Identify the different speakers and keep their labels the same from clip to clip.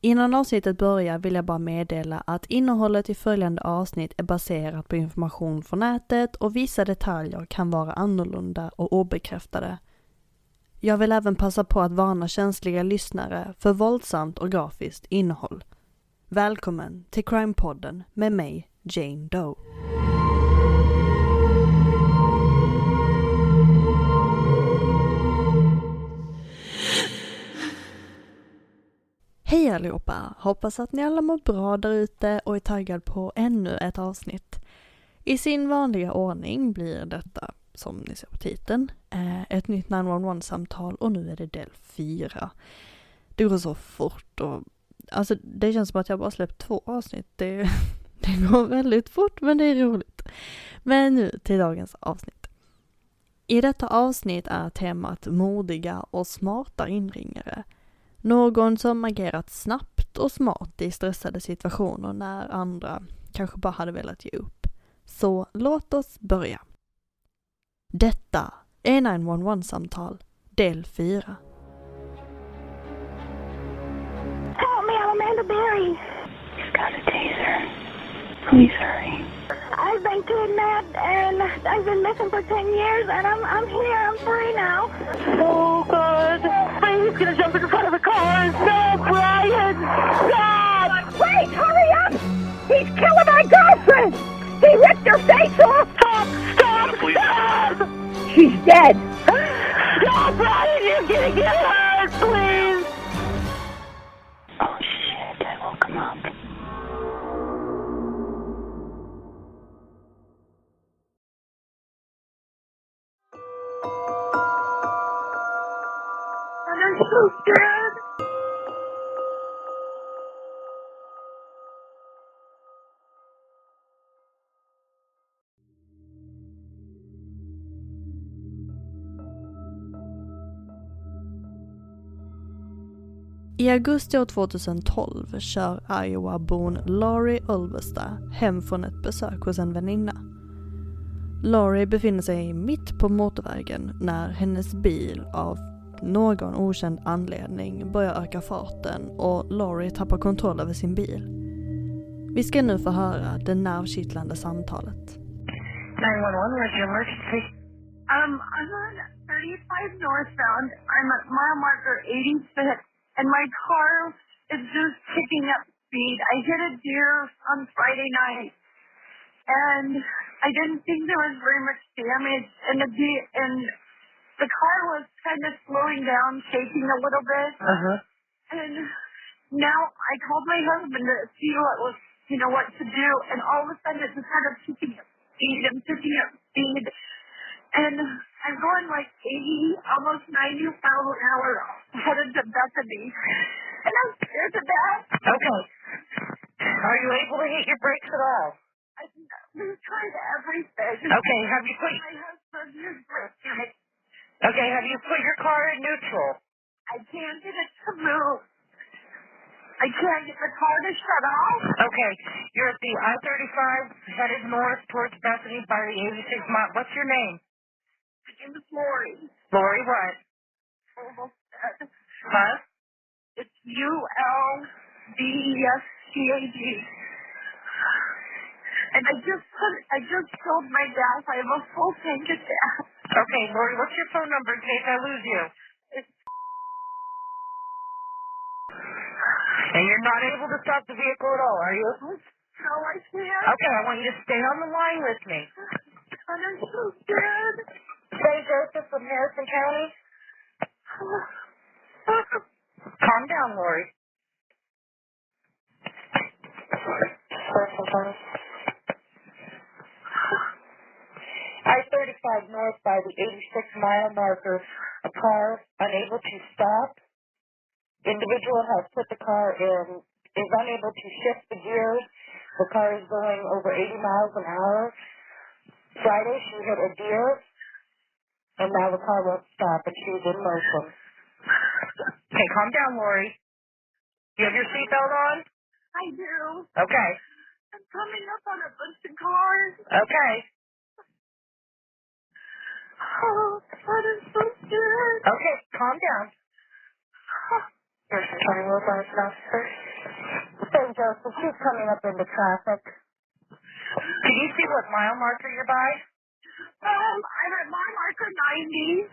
Speaker 1: Innan avsnittet börjar vill jag bara meddela att innehållet i följande avsnitt är baserat på information från nätet och vissa detaljer kan vara annorlunda och obekräftade. Jag vill även passa på att varna känsliga lyssnare för våldsamt och grafiskt innehåll. Välkommen till Crime-podden med mig, Jane Doe. Hej allihopa! Hoppas att ni alla mår bra där ute och är taggad på ännu ett avsnitt. I sin vanliga ordning blir detta, som ni ser på titeln, eh, ett nytt 911-samtal och nu är det del 4. Det går så fort och alltså det känns som att jag bara släppt två avsnitt. Det, det går väldigt fort men det är roligt. Men nu till dagens avsnitt. I detta avsnitt är temat modiga och smarta inringare. Någon som agerat snabbt och smart i stressade situationer när andra kanske bara hade velat ge upp. Så låt oss börja. Detta är 911-samtal del 4.
Speaker 2: Help me, I'm Amanda Berry. You've got a taser. Please hurry. I've been kidnapped and I've been missing for 10 years and I'm, I'm here, I'm free now. Oh God, he's gonna jump in front of a car. No, Brian, stop! Wait, hurry up! He's killing my girlfriend! He ripped her face off! Stop, stop, stop! She's dead. No, Brian, you're gonna get hurt, please! Oh shit, I woke him up. I'm so scared.
Speaker 1: I augusti år 2012 kör Iowa-bon Laurie Ulvesta hem från ett besök hos en väninna. Laurie befinner sig mitt på motorvägen när hennes bil av någon okänd anledning börjar öka farten och Laurie tappar kontroll över sin bil. Vi ska nu få höra det nervkittlande samtalet.
Speaker 2: 911, where's your emergency? Um, I'm on 35 northbound. I'm at mile marker 86, and my car is just picking up speed. I hit a deer on Friday night, and I didn't think there was very much damage, and the de- and the car was kind of slowing down, shaking a little bit. Uh-huh. And now I called my husband to see what was, you know, what to do, and all of a sudden it's just kind of picking up speed and picking up speed, and I'm going like 80, almost 90 miles an hour headed to Bethany, and I'm scared to death. Okay. Are you able to hit your brakes at all? We've tried everything. Okay, have you put my husband is breaking. Okay, have you put your car in neutral? I can't get it to move. I can't get the car to shut off. Okay, you're at the I-35 headed north towards Bethany by the 86 mile. What's your name? My name is Lori. Lori what? Almost dead. Huh? It's U L D E S T A D. And I just put, I just filled my gas. I have a full tank of gas. Okay, Lori, what's your phone number in case I lose you? It's And you're not able to stop the vehicle at all, are you? Oh, No, I can't. Okay, I want you to stay on the line with me. I'm so scared. from Harrison County. Calm down, Lori. I-35 north by the 86-mile marker, a car unable to stop. Individual has put the car in, is unable to shift the gears. The car is going over 80 miles an hour. Friday, she hit a deer, and now the car won't stop, and she's in motion. Okay, calm down, Lori. You have your seatbelt on?
Speaker 3: I do.
Speaker 2: Okay.
Speaker 3: I'm coming up on a bunch of cars.
Speaker 2: Okay.
Speaker 3: Oh, that is so scared.
Speaker 2: Okay, calm down. Harrison County Road Warrant Officer. St. Joseph, she's coming up into traffic. Can you see what mile marker you're by?
Speaker 3: Um, I'm at my marker 90.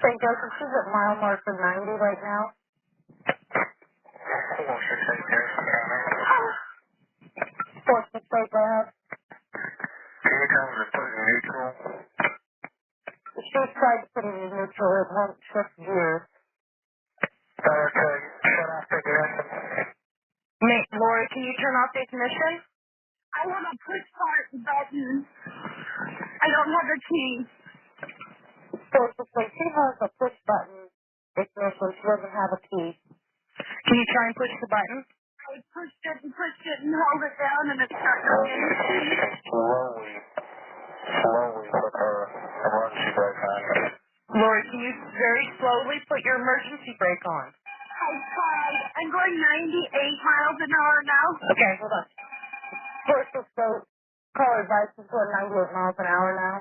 Speaker 2: St. Joseph, she's at mile marker 90 right now.
Speaker 3: Oh,
Speaker 2: Four six eight, go ahead. She's tried to put it in neutral, it won't shift gears. Ma- Lori, can you turn off the ignition?
Speaker 3: I want to push start button. I don't have the key.
Speaker 2: Basically, she has a push button ignition. She doesn't have a key. Can you try and push the button?
Speaker 3: I pushed it and pushed it and held it down and it started going.
Speaker 2: Lori, can you very slowly put your emergency brake on?
Speaker 3: I tried. I'm going 98 miles an hour now.
Speaker 2: Okay, hold on. First, let's go. Call advice is going 98 miles an hour now.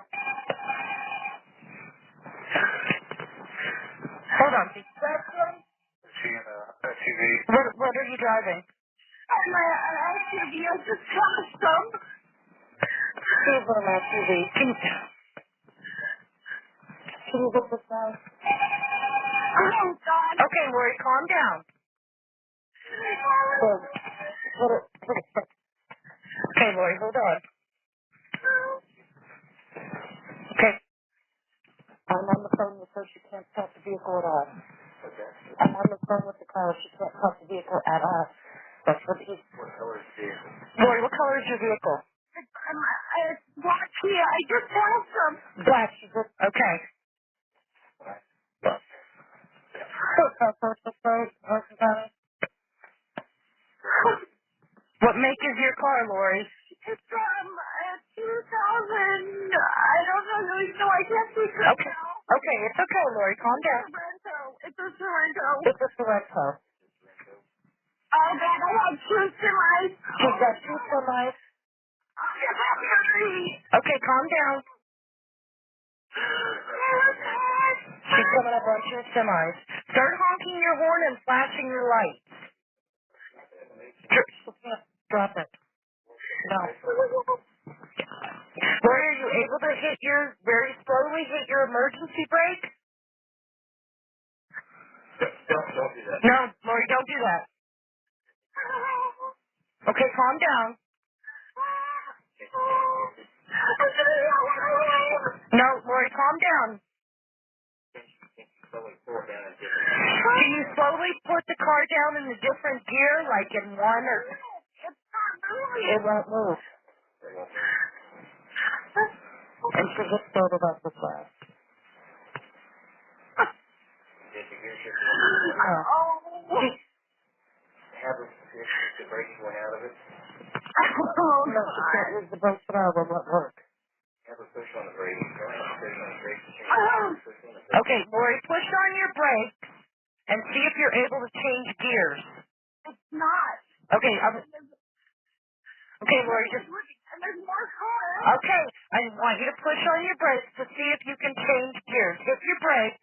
Speaker 2: Hold on. What, what are you driving?
Speaker 3: And my uh, SUV has just crashed them.
Speaker 2: She's on an SUV. Can you, can you get this down?
Speaker 3: Oh, God.
Speaker 2: Okay, Lori, calm down. Good. What a- what a- Okay, Lori, hold on. Okay. I'm on the phone with her. She can't stop the vehicle at all. I'm on the phone with the car. She can't stop the vehicle at all. That's what he's. Lori, what color is your vehicle?
Speaker 3: Um, I, black Kia. I just passed them.
Speaker 2: Black. She just. Okay. What make is your car, Lori?
Speaker 3: It's from uh, 2000. I don't know. No, no I can't speak right
Speaker 2: Okay.
Speaker 3: now.
Speaker 2: Okay, it's okay, Lori. Calm down.
Speaker 3: Sorrento. It's a Sorrento.
Speaker 2: It's a Sorrento.
Speaker 3: Oh, God. I had truth in my...
Speaker 2: She's got two semis.
Speaker 3: Oh,
Speaker 2: Okay, calm down. She's coming up on two semis. Start honking your horn and flashing your lights. Drop it. No. Lori, are you able to hit your, very slowly hit your emergency brake? No, Lori, don't do that. Okay, calm down. No, Lori, calm down. Can you slowly put the car down in a different gear, like in one or? It won't move. And she just thought about the flash. No. Oh, no, she can't use the brakes at all. They won't work. Okay, Lori, push on your brakes and see if you're able to change gears.
Speaker 3: It's not.
Speaker 2: Okay, um, okay, Lori, just
Speaker 3: And there's more cars.
Speaker 2: okay. I want you to push on your brakes to see if you can change gears. Hit your brakes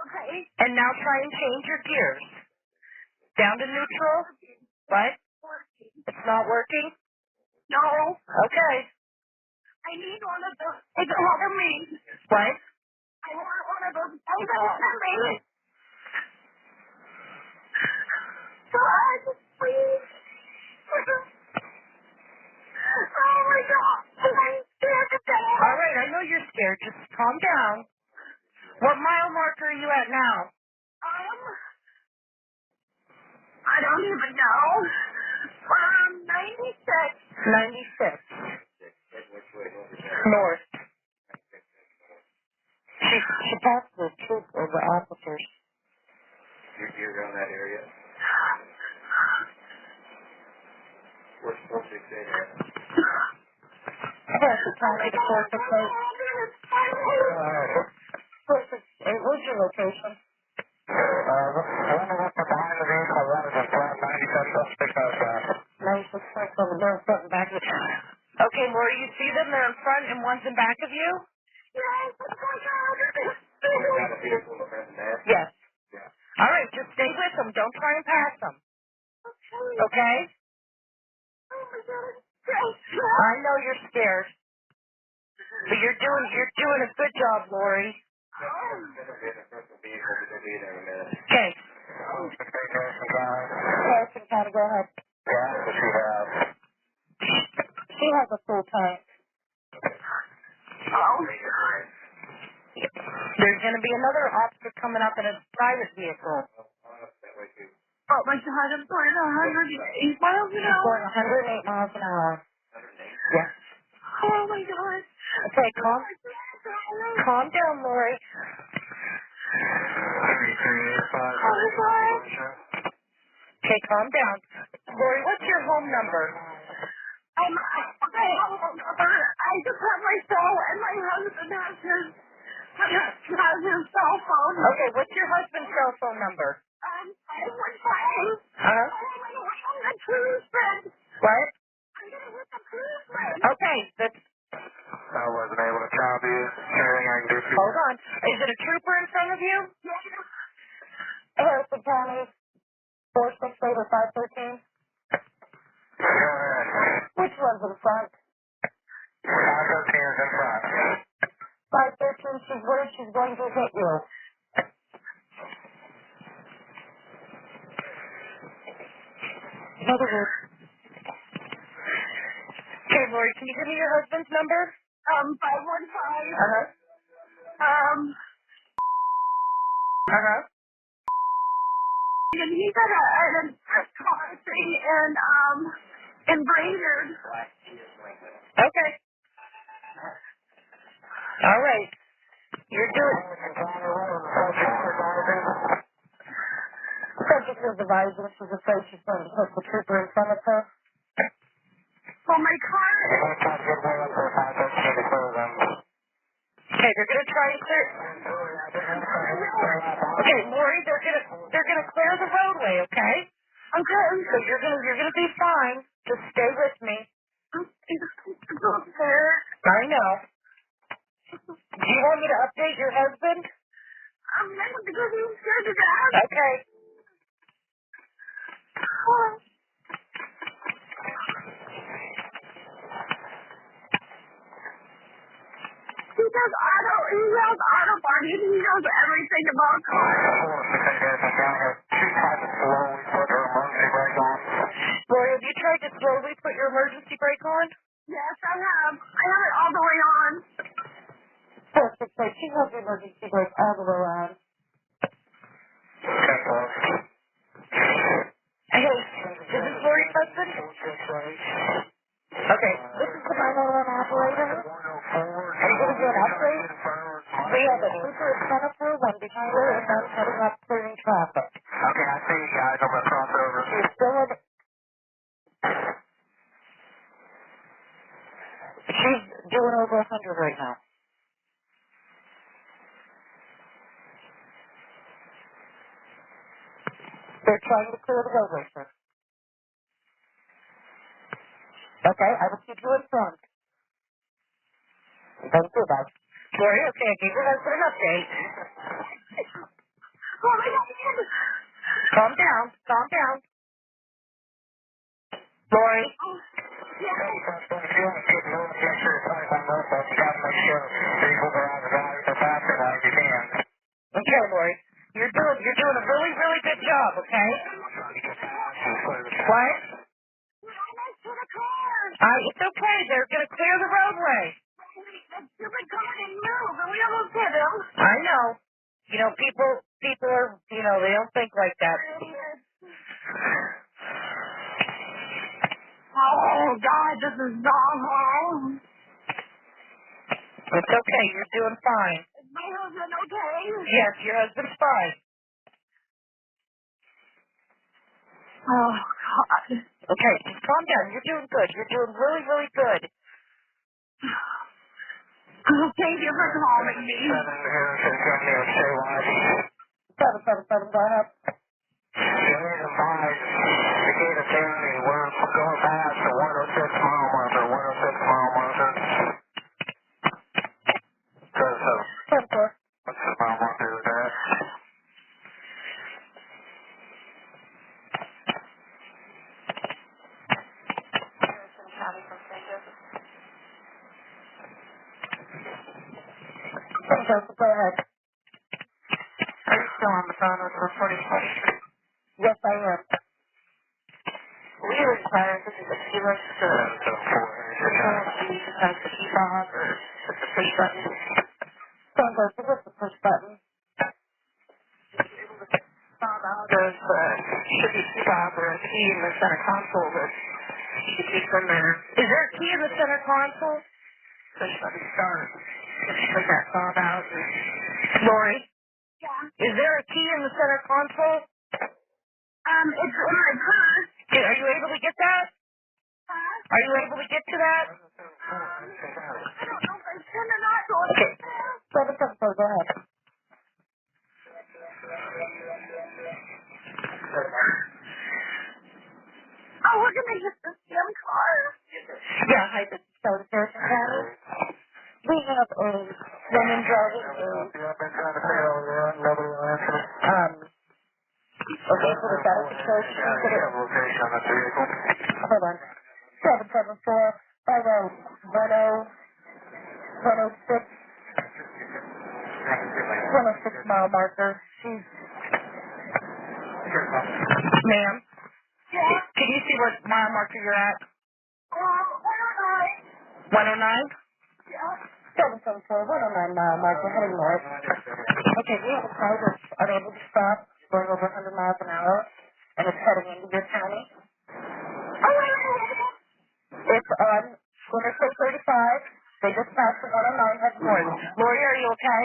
Speaker 3: Okay.
Speaker 2: and now try and change your gears. Down to neutral. What? It's not working.
Speaker 3: No.
Speaker 2: Okay.
Speaker 3: I need one of those. It's all of me.
Speaker 2: What?
Speaker 3: I want one of those. I don't want to make it. God, please. Oh my God. I'm scared to death.
Speaker 2: All right, I know you're scared. Just calm down. What mile marker are you at now?
Speaker 3: Um, I don't even know. Um, But I'm 96.
Speaker 2: 96. North. She, she passed the troop of the officers.
Speaker 4: You're, you're around that area? We're supposed to say that.
Speaker 2: Yeah, she passed the troop of
Speaker 3: Oh,
Speaker 2: the Hey, where's your location? Nine six five seven. They're in front and back of you. Okay, Laura, you see them? They're in front and one's in back of you.
Speaker 3: Yes, oh my God.
Speaker 4: We got a vehicle in front of that.
Speaker 2: Yes.
Speaker 4: Yeah.
Speaker 2: All right, just stay with them. Don't try and pass them. Okay.
Speaker 3: Oh my God. Great.
Speaker 2: I know you're scared, but you're doing you're doing a good job, Lori.
Speaker 4: Better be in the front of the vehicle, we're gonna be there in a minute.
Speaker 2: Okay. Harrison County, go ahead.
Speaker 4: Yeah, what you have?
Speaker 2: She has a full tank.
Speaker 3: Oh,
Speaker 2: There's going to be another officer coming up in a private vehicle.
Speaker 4: That way too.
Speaker 3: oh my God. I'm going 108 miles an
Speaker 2: She's
Speaker 3: hour.
Speaker 2: going 108 miles an hour. Yes.
Speaker 3: Oh my God. Oh,
Speaker 2: Okay, calm calm down, Lori.
Speaker 4: Three, three, eight, five.
Speaker 3: Oh,
Speaker 2: Okay, calm down. Lori, what's your home number?
Speaker 3: Um, I, I have a number. I just have my cell and my husband has his, has his cell phone.
Speaker 2: Okay, what's your husband's cell phone number?
Speaker 3: Um, I was fighting.
Speaker 2: Uh-huh.
Speaker 3: I went on the cruise ship.
Speaker 2: What?
Speaker 3: I'm gonna hit the cruise ship.
Speaker 2: Okay, that's,
Speaker 4: I wasn't able to copy you. Anything I can do for you?
Speaker 2: hold on. Is it a trooper in front of you? Harrison County, 468 or 513?
Speaker 4: Go ahead.
Speaker 2: Which one's in front?
Speaker 4: Five thirteen is in front.
Speaker 2: 513, she's worried she's going to hit you. In other words. Okay, Lori, can you give me your husband's number?
Speaker 3: Um, 515.
Speaker 2: Uh-huh.
Speaker 3: Um,
Speaker 2: Uh-huh.
Speaker 3: and he's at a, at a press conference in, um, in Brainerd.
Speaker 2: Okay. All right. You're doing. Subject is advising she's afraid she's going to hit the trooper in front of her.
Speaker 3: Well, my car is
Speaker 4: One time, good way up there, five thirteen to clear them.
Speaker 2: Okay, they're gonna try and clear. Okay, Lori, they're gonna they're gonna clear the roadway. Okay. Okay. So you're gonna you're gonna be fine. Just stay with me.
Speaker 3: up there.
Speaker 2: I know. Do you want me to update your husband?
Speaker 3: I'm gonna be getting scared to death.
Speaker 2: Okay.
Speaker 3: Oh. He does auto, he knows auto body, he knows everything about cars.
Speaker 4: Four, six, eight, Harrison County. Two times slowly put her emergency brake on.
Speaker 2: Lori, have you tried to slowly put your emergency brake on?
Speaker 3: Yes, I have. I have it all the way on.
Speaker 2: Perfect. So she has the emergency brake all the way on.
Speaker 4: Ten four.
Speaker 2: Hey, is this Lori's husband? Okay, this is the 911 operator.
Speaker 4: One oh four.
Speaker 2: Are you gonna do an upgrade? We have a trooper
Speaker 4: Okay,
Speaker 2: in front of her, one behind her, and one heading up clearing traffic.
Speaker 4: I see you guys. I'm gonna cross over.
Speaker 2: She's still in. She's doing over 100 right now. They're trying to clear the roadway, sir. Okay, I will keep you informed. Thank you, bye. Gloria, okay, I gave your husband an update.
Speaker 3: Oh my god.
Speaker 2: Calm down, calm down. Lori,
Speaker 3: Oh, yes.
Speaker 4: If you wanna keep moving, make sure you're playing by both of them. You gotta make sure people are out of the alley as fast as you can.
Speaker 2: okay, Lori, you're doing you're doing a really really good job, okay? What?
Speaker 3: Right next to the car.
Speaker 2: Uh, it's okay. They're gonna clear the roadway.
Speaker 3: That stupid car didn't move, and we almost hit him.
Speaker 2: I know. You know, people, people are, you know, they don't think like that.
Speaker 5: Oh, God, this is not home.
Speaker 2: It's okay. You're doing fine.
Speaker 5: Is my husband okay?
Speaker 2: Yes, your husband's fine.
Speaker 5: Oh, God.
Speaker 2: Okay, just calm down. You're doing good. You're doing really, really good.
Speaker 5: Oh, Thank you for calling me.
Speaker 6: Seven Harrison Avenue, stay wide.
Speaker 2: Bada, bada, bada, bada.
Speaker 6: The reason why the gate is down is we're going past the 106 mile marker, 106 mile marker. Because of
Speaker 2: Bada.
Speaker 6: what's the mile marker of that?
Speaker 2: Bada, bada.
Speaker 6: Are you still on the phone with reporting question?
Speaker 2: Yes, I am.
Speaker 6: We are inquiring if the kilo served. Please press the key fob or the push button.
Speaker 2: Sounds like this is the push button.
Speaker 6: Fob out of, uh, should be key fob or a key in the center console that you can keep in there.
Speaker 2: Is there a key in the center console?
Speaker 6: Push button start. Put that fob out.
Speaker 2: Lori,
Speaker 5: Yeah.
Speaker 2: is there a key in the center console?
Speaker 5: Um, it's in my purse.
Speaker 2: Can- Are you able to get that?
Speaker 5: Huh?
Speaker 2: Are you able to get to that?
Speaker 5: Um, I don't know if I should or not. so it's-
Speaker 2: Okay. Bada, bada, bada, bada.
Speaker 5: Oh, we're going to get this damn car.
Speaker 2: Yeah, hi, this is Soda Harrison County. We have a woman driving a,
Speaker 6: I've been trying to figure out where nobody will answer.
Speaker 2: um, a vehicle with that approach.
Speaker 6: Yeah, you have location on the vehicle.
Speaker 2: Hold on. 774 oh, 106 106 oh, mile marker. She's, ma'am,
Speaker 5: Yeah.
Speaker 2: can you see what mile marker you're at?
Speaker 5: Um, I don't know. Yeah.
Speaker 2: 109? 774 109 mile marker, heading north. Okay, we have a car that's unable to stop, going over 100 miles an hour, and it's heading into your county.
Speaker 5: Oh, wait, wait, wait, wait.
Speaker 2: It's on Interstate 35. They just passed the 109 heading north. Lori, are you okay?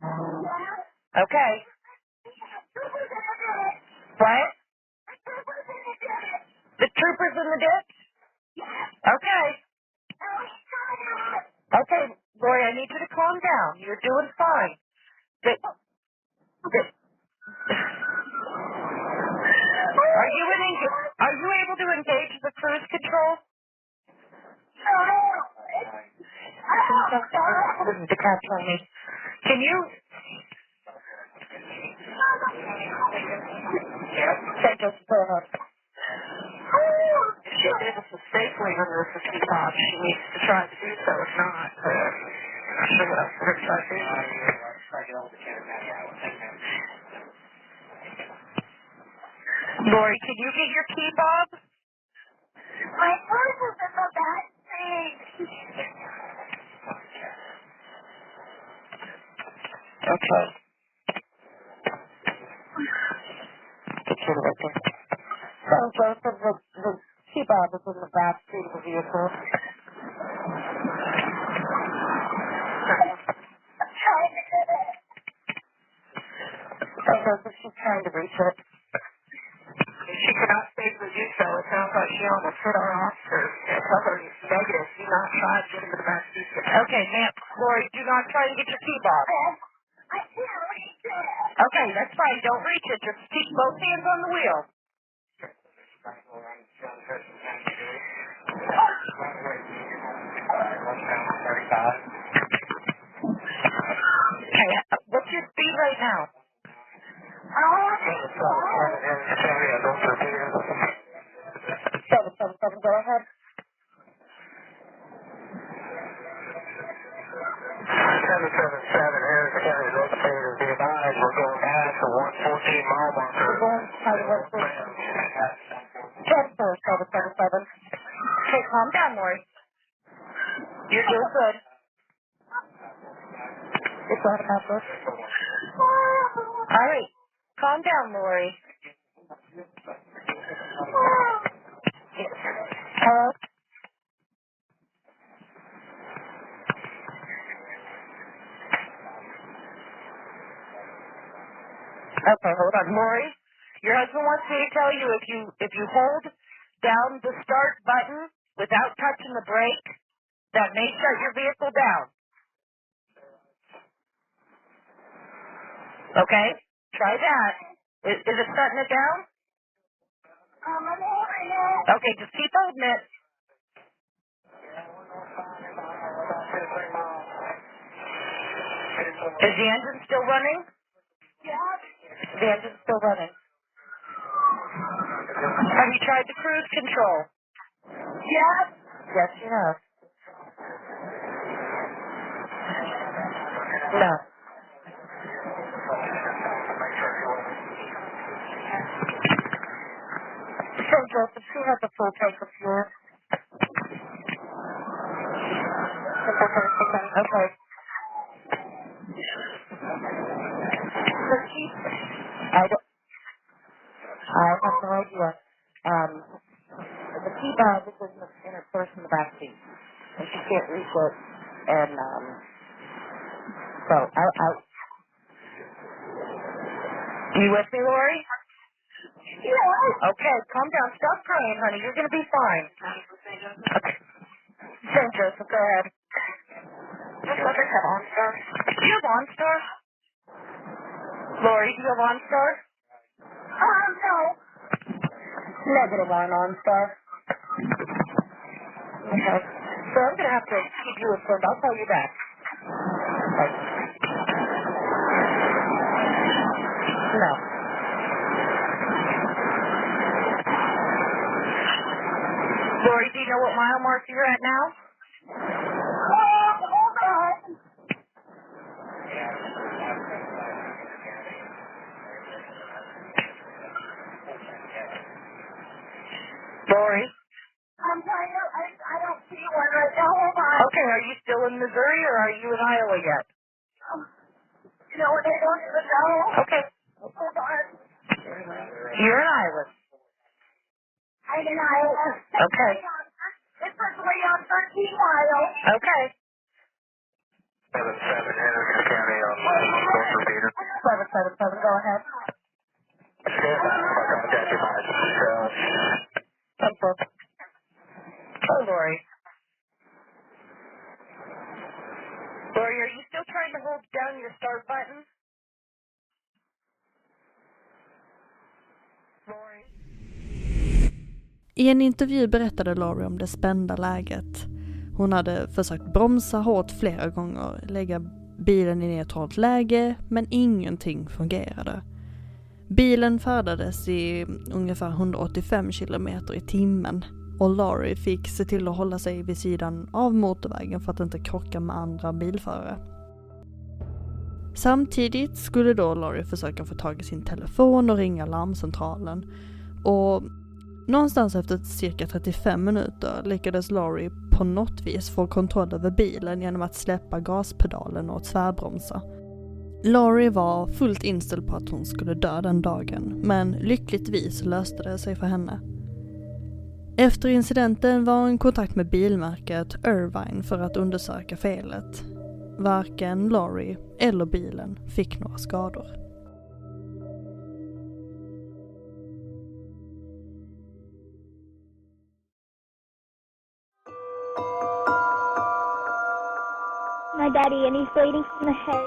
Speaker 5: Yeah.
Speaker 2: Okay.
Speaker 5: Who's gonna do it?
Speaker 2: What?
Speaker 5: Who's gonna do it?
Speaker 2: The troopers in the ditch?
Speaker 5: Yeah.
Speaker 2: Okay.
Speaker 5: Oh, my God.
Speaker 2: Okay, Lori, I need you to calm down. You're doing fine. The, the, are you in, are you able to engage the cruise control? This is the catch on me. Can you? Thank you so much.
Speaker 6: She's able to safely remove the key fob. She needs to try to do so. If not, uh, I'm sure that's pretty tricky.
Speaker 2: Lori, can you get your key bob?
Speaker 5: My purse is in the back seat.
Speaker 2: Okay. Get your liquor. So, Joseph, the, the key bob is in the back seat of the vehicle.
Speaker 5: I'm trying to get it.
Speaker 2: So, Joseph, she's trying to reach it.
Speaker 6: If she cannot safely do so, it sounds like she almost hit our officer. Tell her it's negative. Do not try to get into the back seat.
Speaker 2: Okay, ma'am. Lori, do not try to get your key bob.
Speaker 5: I can't reach it.
Speaker 2: Okay, that's fine. Don't reach it. Just keep both hands on the wheel. Okay, uh, what's your speed right now? Seven, seven, seven, go ahead. Ten, four, seven, seven, seven. Okay, calm down, Lori. You're doing good. It's on mad about this? All right. Calm down, Lori. Hello? Okay, hold on. Lori, your husband wants me to tell you if you if you hold down the start button without touching the brake, that may shut your vehicle down. Okay? Try that. Is, is it shutting it down?
Speaker 7: Um, I'm holding it.
Speaker 2: Okay, just keep holding it. Is the engine still running?
Speaker 7: Yes.
Speaker 2: The engine's still running. Have you tried the cruise control?
Speaker 7: Yes.
Speaker 2: Yes, you have. No. So, Joseph, who has a full tank of fuel? Okay. I don't. I have no idea. Um, the key bag is in, the, in her purse in the back seat, and she can't reach it. And um, so I, I. You with me, Lori?
Speaker 7: Yes.
Speaker 2: Okay, calm down. Stop crying, honey. You're gonna be fine. Okay. St. Joseph, go ahead. Just let her have OnStar. Do you have OnStar? Lori, do you have OnStar?
Speaker 7: Um, no.
Speaker 2: Negative on OnStar. Okay. So I'm gonna have to keep you informed. I'll call you back. Okay. No. Lori, do you know what mile mark you're at now?
Speaker 7: Um, hold on.
Speaker 2: Lori.
Speaker 7: I'm trying to, I, I don't see one right now. Hold on.
Speaker 2: Okay, are you still in Missouri or are you in Iowa yet?
Speaker 7: You know what? I don't even know.
Speaker 2: Okay.
Speaker 7: Hold on.
Speaker 2: You're in Iowa.
Speaker 7: I'm in Iowa.
Speaker 2: Okay.
Speaker 7: It's like way on 13 miles.
Speaker 2: Okay.
Speaker 8: Seven seven Anderson County on one repeater.
Speaker 2: Seven seven seven. Go ahead. Come for it. Oh, Lori. Lori, are you still trying to hold down your start button? Lori.
Speaker 1: I en intervju berättade Laurie om det spända läget. Hon hade försökt bromsa hårt flera gånger, lägga bilen i neutralt läge, men ingenting fungerade. Bilen färdades i ungefär 185 kilometer i timmen och Laurie fick se till att hålla sig vid sidan av motorvägen för att inte krocka med andra bilförare. Samtidigt skulle då Laurie försöka få tag i sin telefon och ringa larmcentralen. Och Någonstans efter cirka 35 minuter lyckades Laurie på något vis få kontroll över bilen genom att släppa gaspedalen och tvärbromsa. Laurie var fullt inställd på att hon skulle dö den dagen, men lyckligtvis löste det sig för henne. Efter incidenten var hon i kontakt med bilmärket Irvine för att undersöka felet. Varken Laurie eller bilen fick några skador.
Speaker 9: My daddy, and he's bleeding from the head.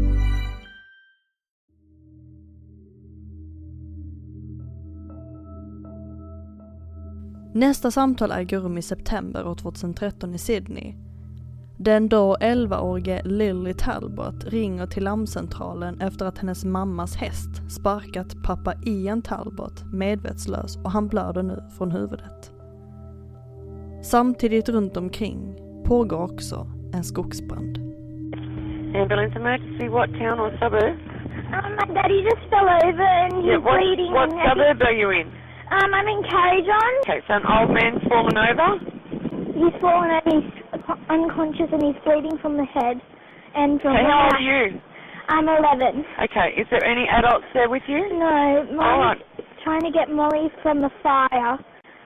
Speaker 1: Nästa samtal äger rum i september år 2013 i Sydney. Den då 11-årige Lily Talbot ringer till larmcentralen efter att hennes mammas häst sparkat pappa Ian Talbot medvetslös och han blöder nu från huvudet. Samtidigt runt omkring pågår också en skogsbrand.
Speaker 4: Ambulance emergency, what town or suburb?
Speaker 9: Um, my daddy just fell over and he's
Speaker 4: yeah, what,
Speaker 9: bleeding.
Speaker 4: what
Speaker 9: and I
Speaker 4: suburb
Speaker 9: think-
Speaker 4: are you in?
Speaker 9: Um, I'm in Carriage On.
Speaker 4: Okay, so an old man's fallen over.
Speaker 9: He's fallen and he's unconscious and he's bleeding from the head and from
Speaker 4: Okay,
Speaker 9: the
Speaker 4: how old
Speaker 9: mouth.
Speaker 4: are you?
Speaker 9: I'm 11.
Speaker 4: Okay, is there any adults there with you?
Speaker 9: No,
Speaker 4: Alright.
Speaker 9: Molly's trying to get Molly from the fire.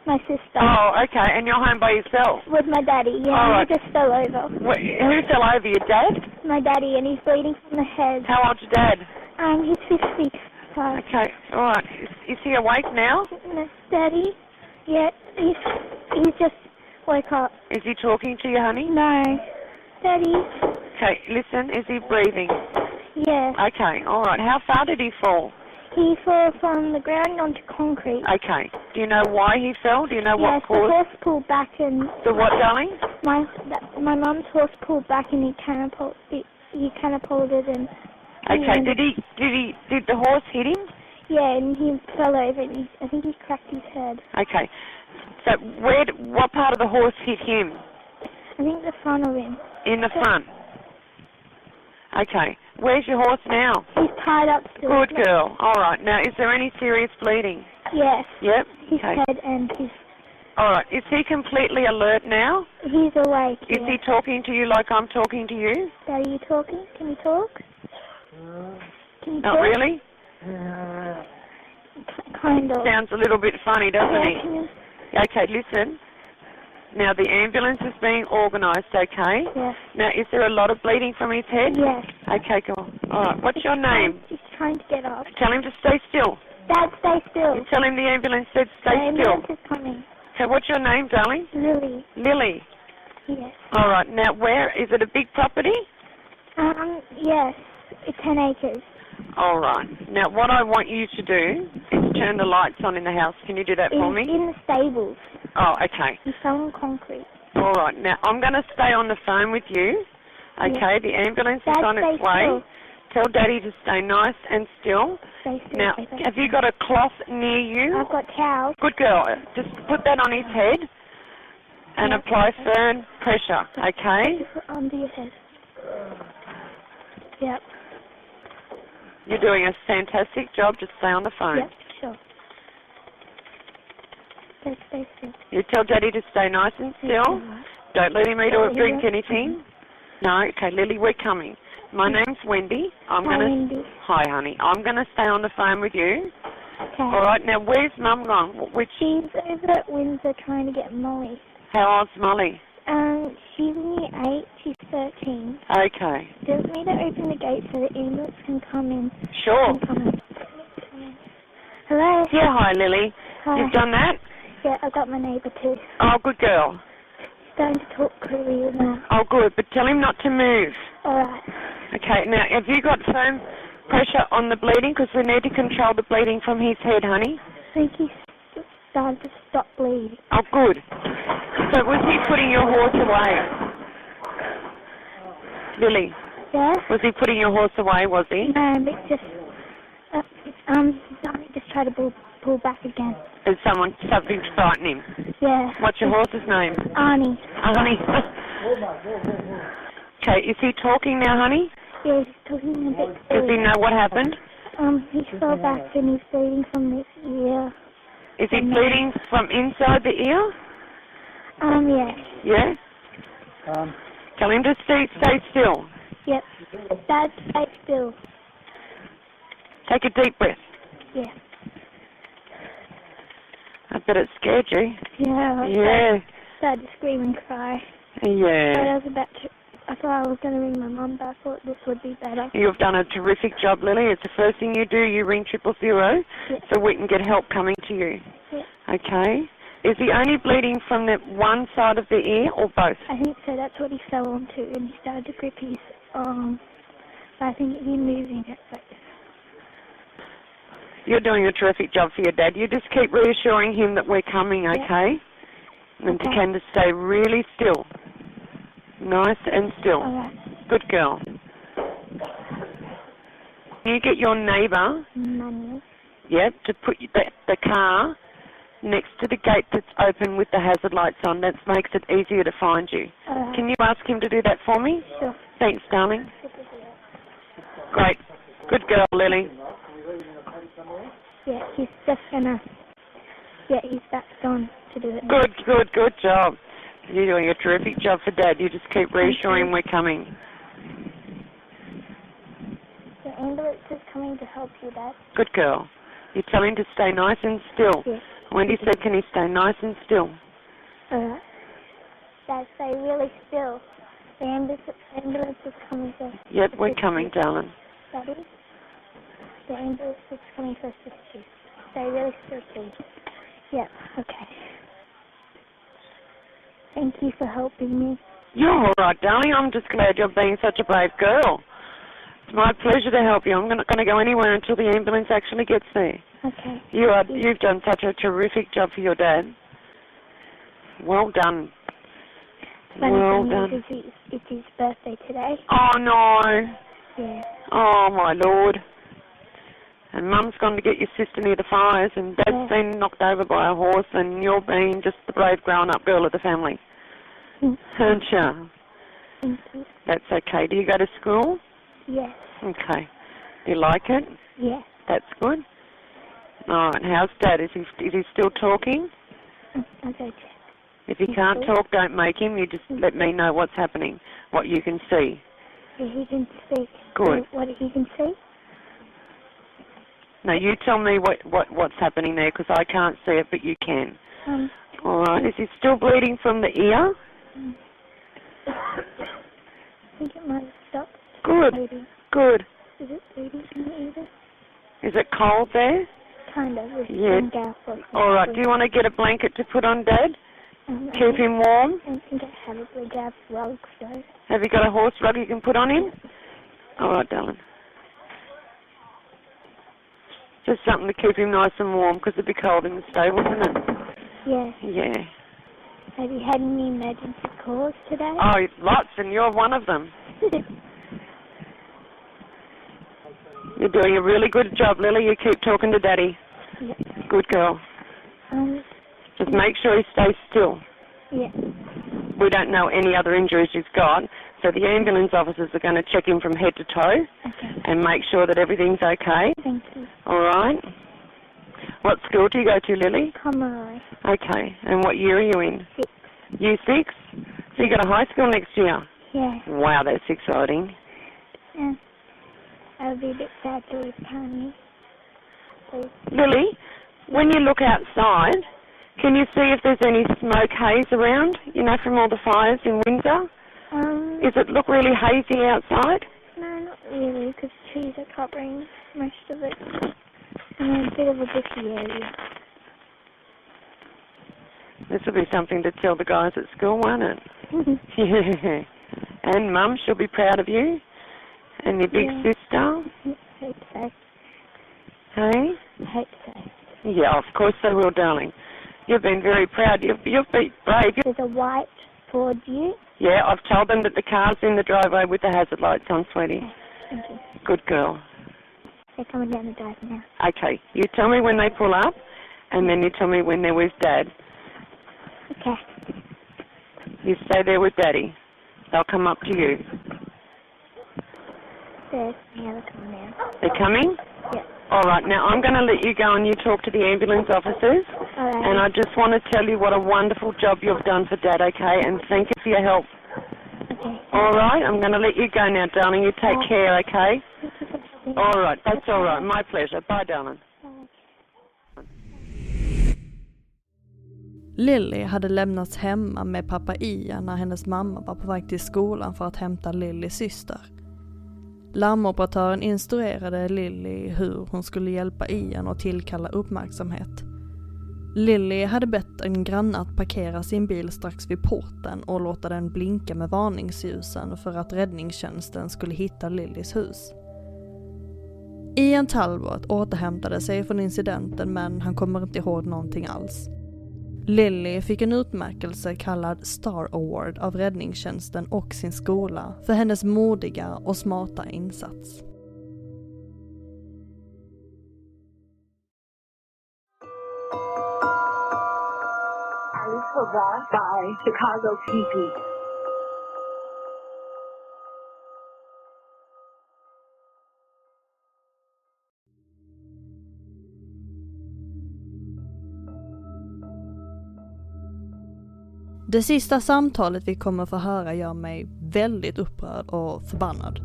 Speaker 9: My sister.
Speaker 4: Oh, okay, and you're home by yourself.
Speaker 9: With my daddy, yeah,
Speaker 4: Alright.
Speaker 9: he just fell over.
Speaker 4: Wh- Who fell over? Your dad?
Speaker 9: My daddy, and he's bleeding from the head.
Speaker 4: How old's your dad?
Speaker 9: Um, he's 50. So,
Speaker 4: Okay, all right. Is, is he awake now?
Speaker 9: my daddy, yeah, he's, he's just woke up.
Speaker 4: Is he talking to you, honey?
Speaker 9: No. Daddy,
Speaker 4: Okay, listen, is he breathing?
Speaker 9: yeah.
Speaker 4: Okay, all right. How far did he fall?
Speaker 9: He fell from the ground onto concrete.
Speaker 4: Okay. Do you know why he fell? Do you know
Speaker 9: yes, the
Speaker 4: what caused
Speaker 9: horse pulled back and
Speaker 4: the what, darling?
Speaker 9: my that, my mum's horse pulled back and he catapulted he, he catapulted and
Speaker 4: Okay.
Speaker 9: and-
Speaker 4: Did he did he did the horse hit him?
Speaker 9: yeah and he fell over and he, I think he cracked his head.
Speaker 4: Okay. So where d- what part of the horse hit him?
Speaker 9: I think the front of him.
Speaker 4: In the front. Okay. Where's your horse now?
Speaker 9: He's tied up still.
Speaker 4: Good
Speaker 9: like-
Speaker 4: girl. All right. Now, is there any serious bleeding?
Speaker 9: Yes.
Speaker 4: Yep.
Speaker 9: His
Speaker 4: Okay.
Speaker 9: head and his
Speaker 4: All right. Is he completely alert now?
Speaker 9: he's awake.
Speaker 4: Is
Speaker 9: yeah.
Speaker 4: he talking to you like I'm talking to you?
Speaker 9: Dad, are you talking? Can you talk? Can you
Speaker 4: Not
Speaker 9: talk?
Speaker 4: really.
Speaker 9: K- kind of.
Speaker 4: Sounds a little bit funny, doesn't
Speaker 9: yeah,
Speaker 4: he?
Speaker 9: can you,
Speaker 4: Okay, listen. Now the ambulance is being organised, okay?
Speaker 9: yes.
Speaker 4: Now is there a lot of bleeding from his head?
Speaker 9: Yes.
Speaker 4: Okay, go on. Alright, what's your name?
Speaker 9: He's trying to get up.
Speaker 4: Tell him to stay still.
Speaker 9: Dad, stay still.
Speaker 4: You tell him the ambulance said
Speaker 9: The
Speaker 4: stay still.
Speaker 9: ambulance is coming.
Speaker 4: Okay, what's your name, darling?
Speaker 9: Lily.
Speaker 4: Lily.
Speaker 9: Yes.
Speaker 4: Alright, now where is it a big property?
Speaker 9: Um, yes. It's 10 acres.
Speaker 4: Alright. Now what I want you to do is turn the lights on in the house. Can you do that
Speaker 9: In,
Speaker 4: for me?
Speaker 9: in the stables.
Speaker 4: Oh, okay.
Speaker 9: It's on concrete.
Speaker 4: All right, now I'm going to stay on the phone with you. Okay, the ambulance is
Speaker 9: Dad,
Speaker 4: on
Speaker 9: stay
Speaker 4: its way.
Speaker 9: still.
Speaker 4: Tell Daddy to stay nice and still.
Speaker 9: Stay still.
Speaker 4: Now,
Speaker 9: baby.
Speaker 4: have you got a cloth near you?
Speaker 9: I've got towels.
Speaker 4: Good girl. Just put that on his head and
Speaker 9: Yeah.
Speaker 4: apply firm pressure, okay?
Speaker 9: Put under your head. Yep.
Speaker 4: You're doing a fantastic job. Just stay on the phone.
Speaker 9: Yep. Sure. Stay, stay still.
Speaker 4: You tell Daddy to stay nice and still. Don't let him eat or
Speaker 9: Yeah.
Speaker 4: drink anything. No, okay, Lily, we're coming. My name's Wendy. I'm
Speaker 9: Hi,
Speaker 4: gonna.
Speaker 9: Wendy.
Speaker 4: Hi, honey. I'm gonna stay on the phone with you.
Speaker 9: Okay.
Speaker 4: All right. Now, where's Mum gone? Wh- Which?
Speaker 9: She's over at Windsor trying to get Molly.
Speaker 4: How old's Molly?
Speaker 9: Um, she's in year 8. She's 13.
Speaker 4: Okay.
Speaker 9: Does need to open the gate so the ambulance can come in.
Speaker 4: Sure.
Speaker 9: Can come in. Hello?
Speaker 4: Oh. Yeah. Hi, Lily.
Speaker 9: Hi.
Speaker 4: You've done that.
Speaker 9: Yeah, I got my neighbour too.
Speaker 4: Oh, good girl.
Speaker 9: Starting to talk Korean now.
Speaker 4: Oh, good. But tell him not to move.
Speaker 9: Alright.
Speaker 4: Okay. Now, have you got firm pressure on the bleeding? Because we need to control the bleeding from his head, honey.
Speaker 9: I think he's starting to stop bleeding.
Speaker 4: Oh, good. So was he putting your horse away? Lily,
Speaker 9: Yeah?
Speaker 4: was he putting your horse away, was he?
Speaker 9: No, but just. Uh, um, Donnie just try to pull, pull back again.
Speaker 4: Did someone, something frighten him?
Speaker 9: Yeah.
Speaker 4: What's your horse's name?
Speaker 9: Arnie.
Speaker 4: Oh, honey. Okay, is he talking now, honey?
Speaker 9: Yeah, he's talking a bit.
Speaker 4: Does he
Speaker 9: silly.
Speaker 4: know what happened?
Speaker 9: Um, he fell back and he's bleeding from his ear.
Speaker 4: Is he bleeding from inside the ear?
Speaker 9: Um, yeah.
Speaker 4: Yeah? Tell him to stay, stay still.
Speaker 9: Yep. Dad, stay still.
Speaker 4: Take a deep breath.
Speaker 9: Yeah.
Speaker 4: I bet it scared you.
Speaker 9: Yeah.
Speaker 4: Yeah.
Speaker 9: Dad scream and cry. But I
Speaker 4: Yeah.
Speaker 9: was about to. I thought I was going to ring my mum, but I thought this would be better.
Speaker 4: You've done a terrific job, Lily. It's the first thing you do, you ring triple zero
Speaker 9: Yeah.
Speaker 4: so we can get help coming to you.
Speaker 9: Yeah.
Speaker 4: Okay? Is the only bleeding from the one side of the ear or both?
Speaker 9: I think so. That's what he fell onto, and he started to grip his arm. Um, But I think he moving it. But
Speaker 4: You're doing a terrific job for your dad. You just keep reassuring him that we're coming,
Speaker 9: Yeah.
Speaker 4: okay? And to can to stay really still. Nice and still.
Speaker 9: all right.
Speaker 4: Good girl. Can you get your neighbour
Speaker 9: Manuel.
Speaker 4: Yep, to put the, the car next to the gate that's open with the hazard lights on. That makes it easier to find you.
Speaker 9: All right.
Speaker 4: Can you ask him to do that for me?
Speaker 9: Sure.
Speaker 4: Thanks, darling. Great. Good girl, Lily.
Speaker 9: Yeah, he's just gonna. Yeah, he's back on to do it. now.
Speaker 4: Good, good, good job. You're doing a terrific job for Dad. You just keep reassuring
Speaker 9: you.
Speaker 4: we're coming.
Speaker 9: The ambulance is coming to help you, Dad.
Speaker 4: Good girl. You tell him to stay nice and still.
Speaker 9: Yeah.
Speaker 4: When he said, can he stay nice and still?
Speaker 9: All right. Dad, stay really still. The ambulance, ambulance is coming to.
Speaker 4: Yep, we're
Speaker 9: assist
Speaker 4: coming,
Speaker 9: you.
Speaker 4: darling.
Speaker 9: Daddy, the ambulance is coming to assist you. Stay really still, please. Yep. Okay. Thank you for helping me.
Speaker 4: You're all right, darling. I'm just glad you're being such a brave girl. It's my pleasure to help you. I'm not going to go anywhere until the ambulance actually gets there.
Speaker 9: Okay.
Speaker 4: You are, you've done such a terrific job for your dad. Well done.
Speaker 9: Funny
Speaker 4: well
Speaker 9: thing
Speaker 4: done.
Speaker 9: Is, it's, his, it's his birthday today.
Speaker 4: Oh no.
Speaker 9: Yeah.
Speaker 4: Oh my lord. And Mum's gone to get your sister near the fires, and Dad's
Speaker 9: Yeah.
Speaker 4: been knocked over by a horse, and you're being just the brave grown-up girl of the family,
Speaker 9: Mm.
Speaker 4: aren't you?
Speaker 9: Thank you.
Speaker 4: That's okay. Do you go to school?
Speaker 9: Yes.
Speaker 4: Okay. Do you like it?
Speaker 9: Yes.
Speaker 4: That's good. All right. How's Dad? Is he is he still talking?
Speaker 9: I'll go check.
Speaker 4: If he
Speaker 9: He's
Speaker 4: can't
Speaker 9: still-
Speaker 4: talk, don't make him. You just let me know what's happening, what you can see.
Speaker 9: Yeah, he can speak.
Speaker 4: Good.
Speaker 9: What he can see?
Speaker 4: Now you tell me what what what's happening there because I can't see it, but you can.
Speaker 9: Um,
Speaker 4: All right. Is he still bleeding from the ear?
Speaker 9: I think it might have stopped.
Speaker 4: Good.
Speaker 9: Maybe.
Speaker 4: Good.
Speaker 9: Is it bleeding from the ear?
Speaker 4: Is it cold there?
Speaker 9: Kind of. It's
Speaker 4: Yeah.
Speaker 9: been gas or something.
Speaker 4: All right. Do you want to get a blanket to put on Dad?
Speaker 9: um, I
Speaker 4: Keep
Speaker 9: think-
Speaker 4: him warm.
Speaker 9: I think I have a big ass rug, so.
Speaker 4: Have you got a horse rug you can put on him? All right, darling. Just something to keep him nice and warm because it'd be cold in the stable, wouldn't it?
Speaker 9: Yeah.
Speaker 4: Yeah.
Speaker 9: Have you had any emergency calls today?
Speaker 4: Oh, lots, and you're one of them. You're doing a really good job, Lily. You keep talking to Daddy.
Speaker 9: Yep.
Speaker 4: Good girl.
Speaker 9: um,
Speaker 4: Just make sure he stays still.
Speaker 9: yeah.
Speaker 4: We don't know any other injuries he's got, so the ambulance officers are going to check him from head to toe
Speaker 9: Okay.
Speaker 4: and make sure that everything's okay.
Speaker 9: Thank you.
Speaker 4: All right. What school do you go to, Lily?
Speaker 9: Pomeroy.
Speaker 4: Okay. And what year are you in?
Speaker 9: Six.
Speaker 4: Year six. So you go to high school next year.
Speaker 9: Yeah.
Speaker 4: Wow, that's exciting.
Speaker 9: yeah. I would be a bit sad to leave Tony. Please.
Speaker 4: Lily, when you look outside, can you see if there's any smoke haze around? You know, from all the fires in Windsor.
Speaker 9: Um,
Speaker 4: Does it look really hazy outside?
Speaker 9: no, not really, because trees are covering most of it. And a bit of a bushy area.
Speaker 4: This will be something to tell the guys at school, won't it? Yeah. And Mum, she'll be proud of you. And your big
Speaker 9: Yeah.
Speaker 4: sister.
Speaker 9: hope so.
Speaker 4: Hey.
Speaker 9: hope so.
Speaker 4: Yeah, of course they will, darling. You've been very proud. You've, you've been brave. You-
Speaker 9: There's a white towards you.
Speaker 4: Yeah, I've told them that the car's in the driveway with the hazard lights on, sweetie.
Speaker 9: Thank you.
Speaker 4: Good girl.
Speaker 9: They're coming down the drive now.
Speaker 4: Okay, you tell me when they pull up, and then you tell me when they're with Dad.
Speaker 9: Okay.
Speaker 4: You stay there with Daddy. They'll come up to you.
Speaker 9: There's now they're coming down.
Speaker 4: They're coming?
Speaker 9: Yeah.
Speaker 4: All right, now I'm going to let you go and you talk to the ambulance officers.
Speaker 9: All right.
Speaker 4: And I just want to tell you what a wonderful job you've done for Dad, okay? And thank you for your help.
Speaker 9: okay.
Speaker 4: All right, I'm going to let you go now, darling. You take care, okay? All right, that's all right. My pleasure. Bye, darling.
Speaker 1: Lily hade lämnats hemma med pappa Ian när hennes mamma var på väg till skolan för att hämta Lillys syster. Larmoperatören instruerade Lily hur hon skulle hjälpa Ian att tillkalla uppmärksamhet. Lily hade bett en granne att parkera sin bil strax vid porten och låta den blinka med varningsljusen för att räddningstjänsten skulle hitta Lillys hus. Ian Talbot återhämtade sig från incidenten men han kommer inte ihåg någonting alls. Lily fick en utmärkelse kallad Star Award av räddningstjänsten och sin skola för hennes modiga och smarta insats.
Speaker 10: Alice Hogarth by Chicago PD.
Speaker 1: Det sista samtalet vi kommer få höra gör mig väldigt upprörd och förbannad.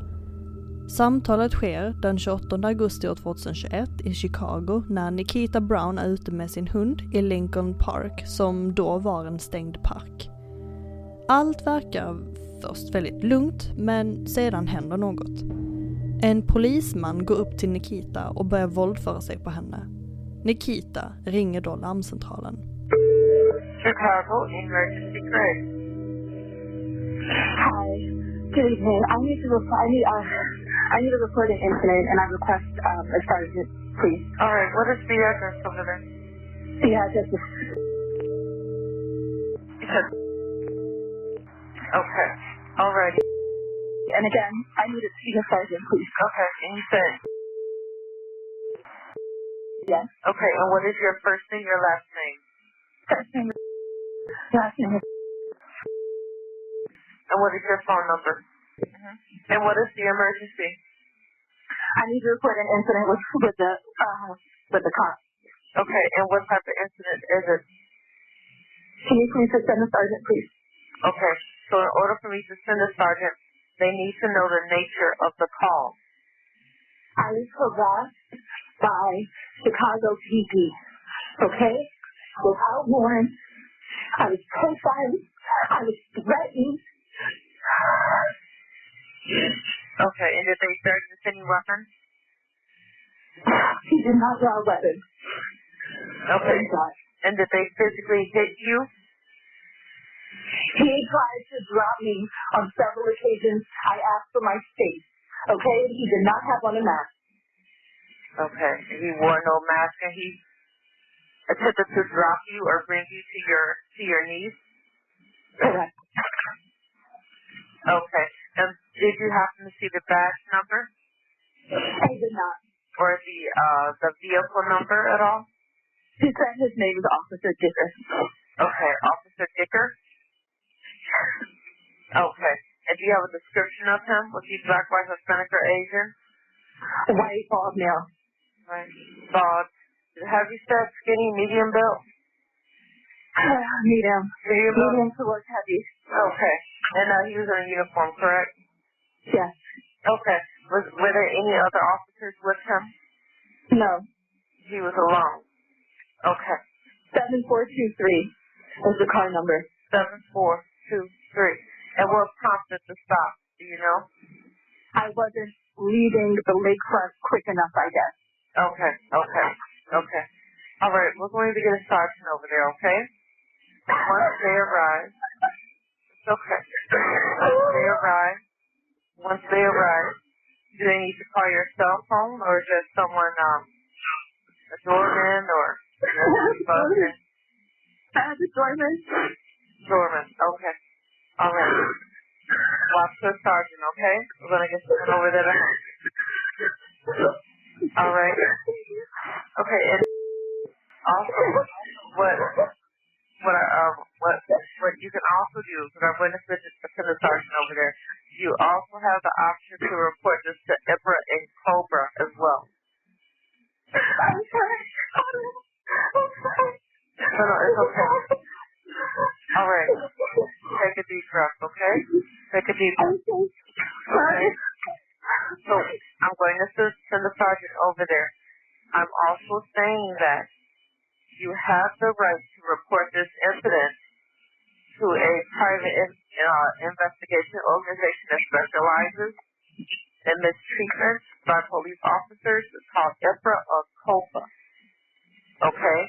Speaker 1: Samtalet sker den 28 augusti år 2021 i Chicago när Nikita Brown är ute med sin hund i Lincoln Park som då var en stängd park. Allt verkar först väldigt lugnt men sedan händer något. En polisman går upp till Nikita och börjar våldföra sig på henne. Nikita ringer då larmcentralen.
Speaker 2: Chicago Emergency Grid.
Speaker 10: Hi. Good evening. I need to report. I need. Uh, I need to report an incident, and I request um, a sergeant, please.
Speaker 2: All right, what is the address over there?
Speaker 10: The address is.
Speaker 2: You said. Okay. All right.
Speaker 10: And again, I need to see a sergeant, please.
Speaker 2: Okay, and you said.
Speaker 10: Yes.
Speaker 2: Okay, and what is your first name, your last name?
Speaker 10: First name. is- Last name is.
Speaker 2: And what is your phone number? And what is the emergency?
Speaker 10: Mm-hmm. I need to report an incident with with the uh, with the cop.
Speaker 2: Okay, and what type of incident is it?
Speaker 10: Can you please just send a sergeant, please?
Speaker 2: Okay, so in order for me to send a sergeant, they need to know the nature of the call.
Speaker 10: Alice harassed by Chicago PD. Okay? Without warrant. I was profiled. I was threatened.
Speaker 2: Okay, and did they search with any weapons?
Speaker 10: He did not draw a weapon.
Speaker 2: Okay. And did they physically hit you?
Speaker 10: He tried to drop me on several occasions. I asked for my space. Okay? He did not have on a mask.
Speaker 2: Okay, he wore no mask and he attempted to drop you or bring you to your to your knees.
Speaker 10: Correct.
Speaker 2: Okay, and did you happen to see the badge number
Speaker 10: I did not.
Speaker 2: or the uh the vehicle number at all?
Speaker 10: He said his name is Officer Dicker.
Speaker 2: Okay, Officer Dicker. Okay, and do you have a description of him? Was he black, white, Hispanic, or Asian?
Speaker 10: White, bald male.
Speaker 2: Right. Bald. Have you said skinny, medium built?
Speaker 10: Medium.
Speaker 2: Medium built.
Speaker 10: Medium to work heavy.
Speaker 2: Okay. And uh, he was in a uniform, correct?
Speaker 10: Yes.
Speaker 2: Okay. Was were there any other officers with him?
Speaker 10: No.
Speaker 2: He was alone. Okay.
Speaker 10: 7423 was the car number.
Speaker 2: Seven, four, two, three. And what prompted the stop? Do you know?
Speaker 10: I wasn't leaving the lakefront quick enough, I guess.
Speaker 2: Okay. Okay. Okay. All right. We're going to get a sergeant over there. Okay. Once they arrive, it's okay. Once they arrive, once they arrive, do they need to call your cell phone or just someone um a doorman or buzzing?
Speaker 10: I had the doorman.
Speaker 2: Dorman. Okay. All right. Watch the sergeant, okay? We're gonna get someone over there to help. you. All right. Okay. And also, what what I, um what what you can also do because I've witnessed this to the sergeant over there. You also have the option to report this to IBRA and Cobra as well.
Speaker 10: I'm sorry. I'm sorry.
Speaker 2: No, no, it's okay. All right. Take a deep breath, okay? Take a deep breath. Okay? So I'm going to s- send the sergeant over there. I'm also saying that you have the right to report this incident to a private in, uh, investigation organization that specializes in mistreatment by police officers. It's called IPRA or COPA. Okay?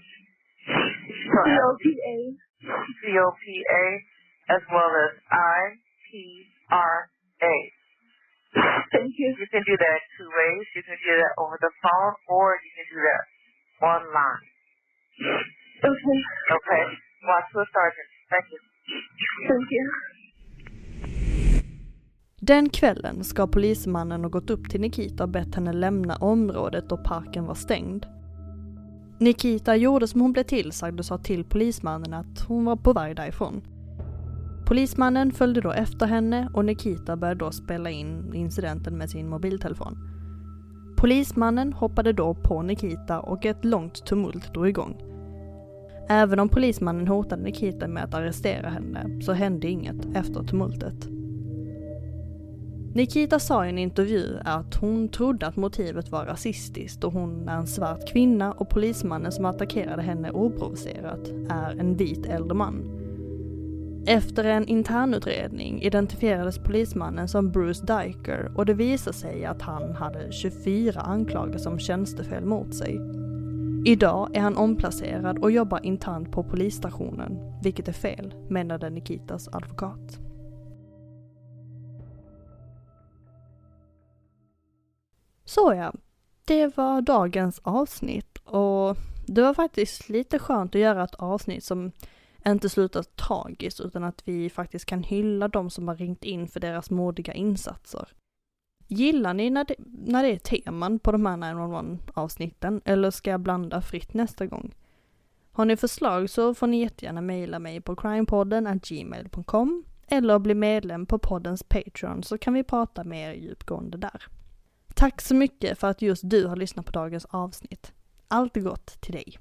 Speaker 11: COPA.
Speaker 2: COPA as well as IPRA.
Speaker 11: Thank you.
Speaker 2: You can do that two ways. You can do that over the phone or you can do that online.
Speaker 11: Okay.
Speaker 2: Okay? Watch the sergeant. Thank you.
Speaker 11: Thank you.
Speaker 1: Den kvällen ska polismannen ha gått upp till Nikita och bett henne lämna området då parken var stängd. Nikita gjorde som hon blev tillsagd och sa till polismannen att hon var på väg därifrån. Polismannen följde då efter henne och Nikita började då spela in incidenten med sin mobiltelefon. Polismannen hoppade då på Nikita och ett långt tumult drog igång. Även om polismannen hotade Nikita med att arrestera henne så hände inget efter tumultet. Nikita sa i en intervju att hon trodde att motivet var rasistiskt och hon är en svart kvinna och polismannen som attackerade henne oprovocerat är en vit äldre man. Efter en internutredning identifierades polismannen som Bruce Diker och det visade sig att han hade 24 anklagelser om tjänstefel mot sig. Idag är han omplacerad och jobbar internt på polisstationen, vilket är fel, menade Nikitas advokat. Så ja, det var dagens avsnitt och det var faktiskt lite skönt att göra ett avsnitt som inte slutar tragiskt utan att vi faktiskt kan hylla de som har ringt in för deras modiga insatser. Gillar ni när det, när det är teman på de här 911 avsnitten eller ska jag blanda fritt nästa gång? Har ni förslag så får ni jättegärna mejla mig på crimepodden gmail.com eller bli medlem på poddens Patreon så kan vi prata mer djupgående där. Tack så mycket för att just du har lyssnat på dagens avsnitt. Allt gott till dig.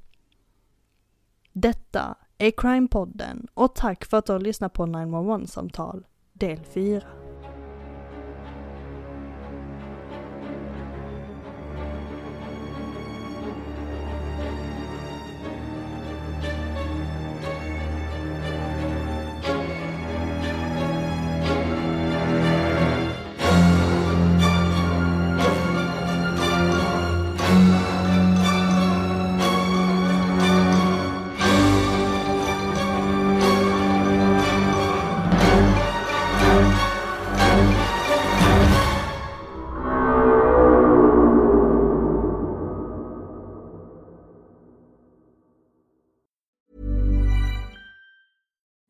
Speaker 1: Detta är Crimepodden och tack för att du har lyssnat på 911-samtal del 4.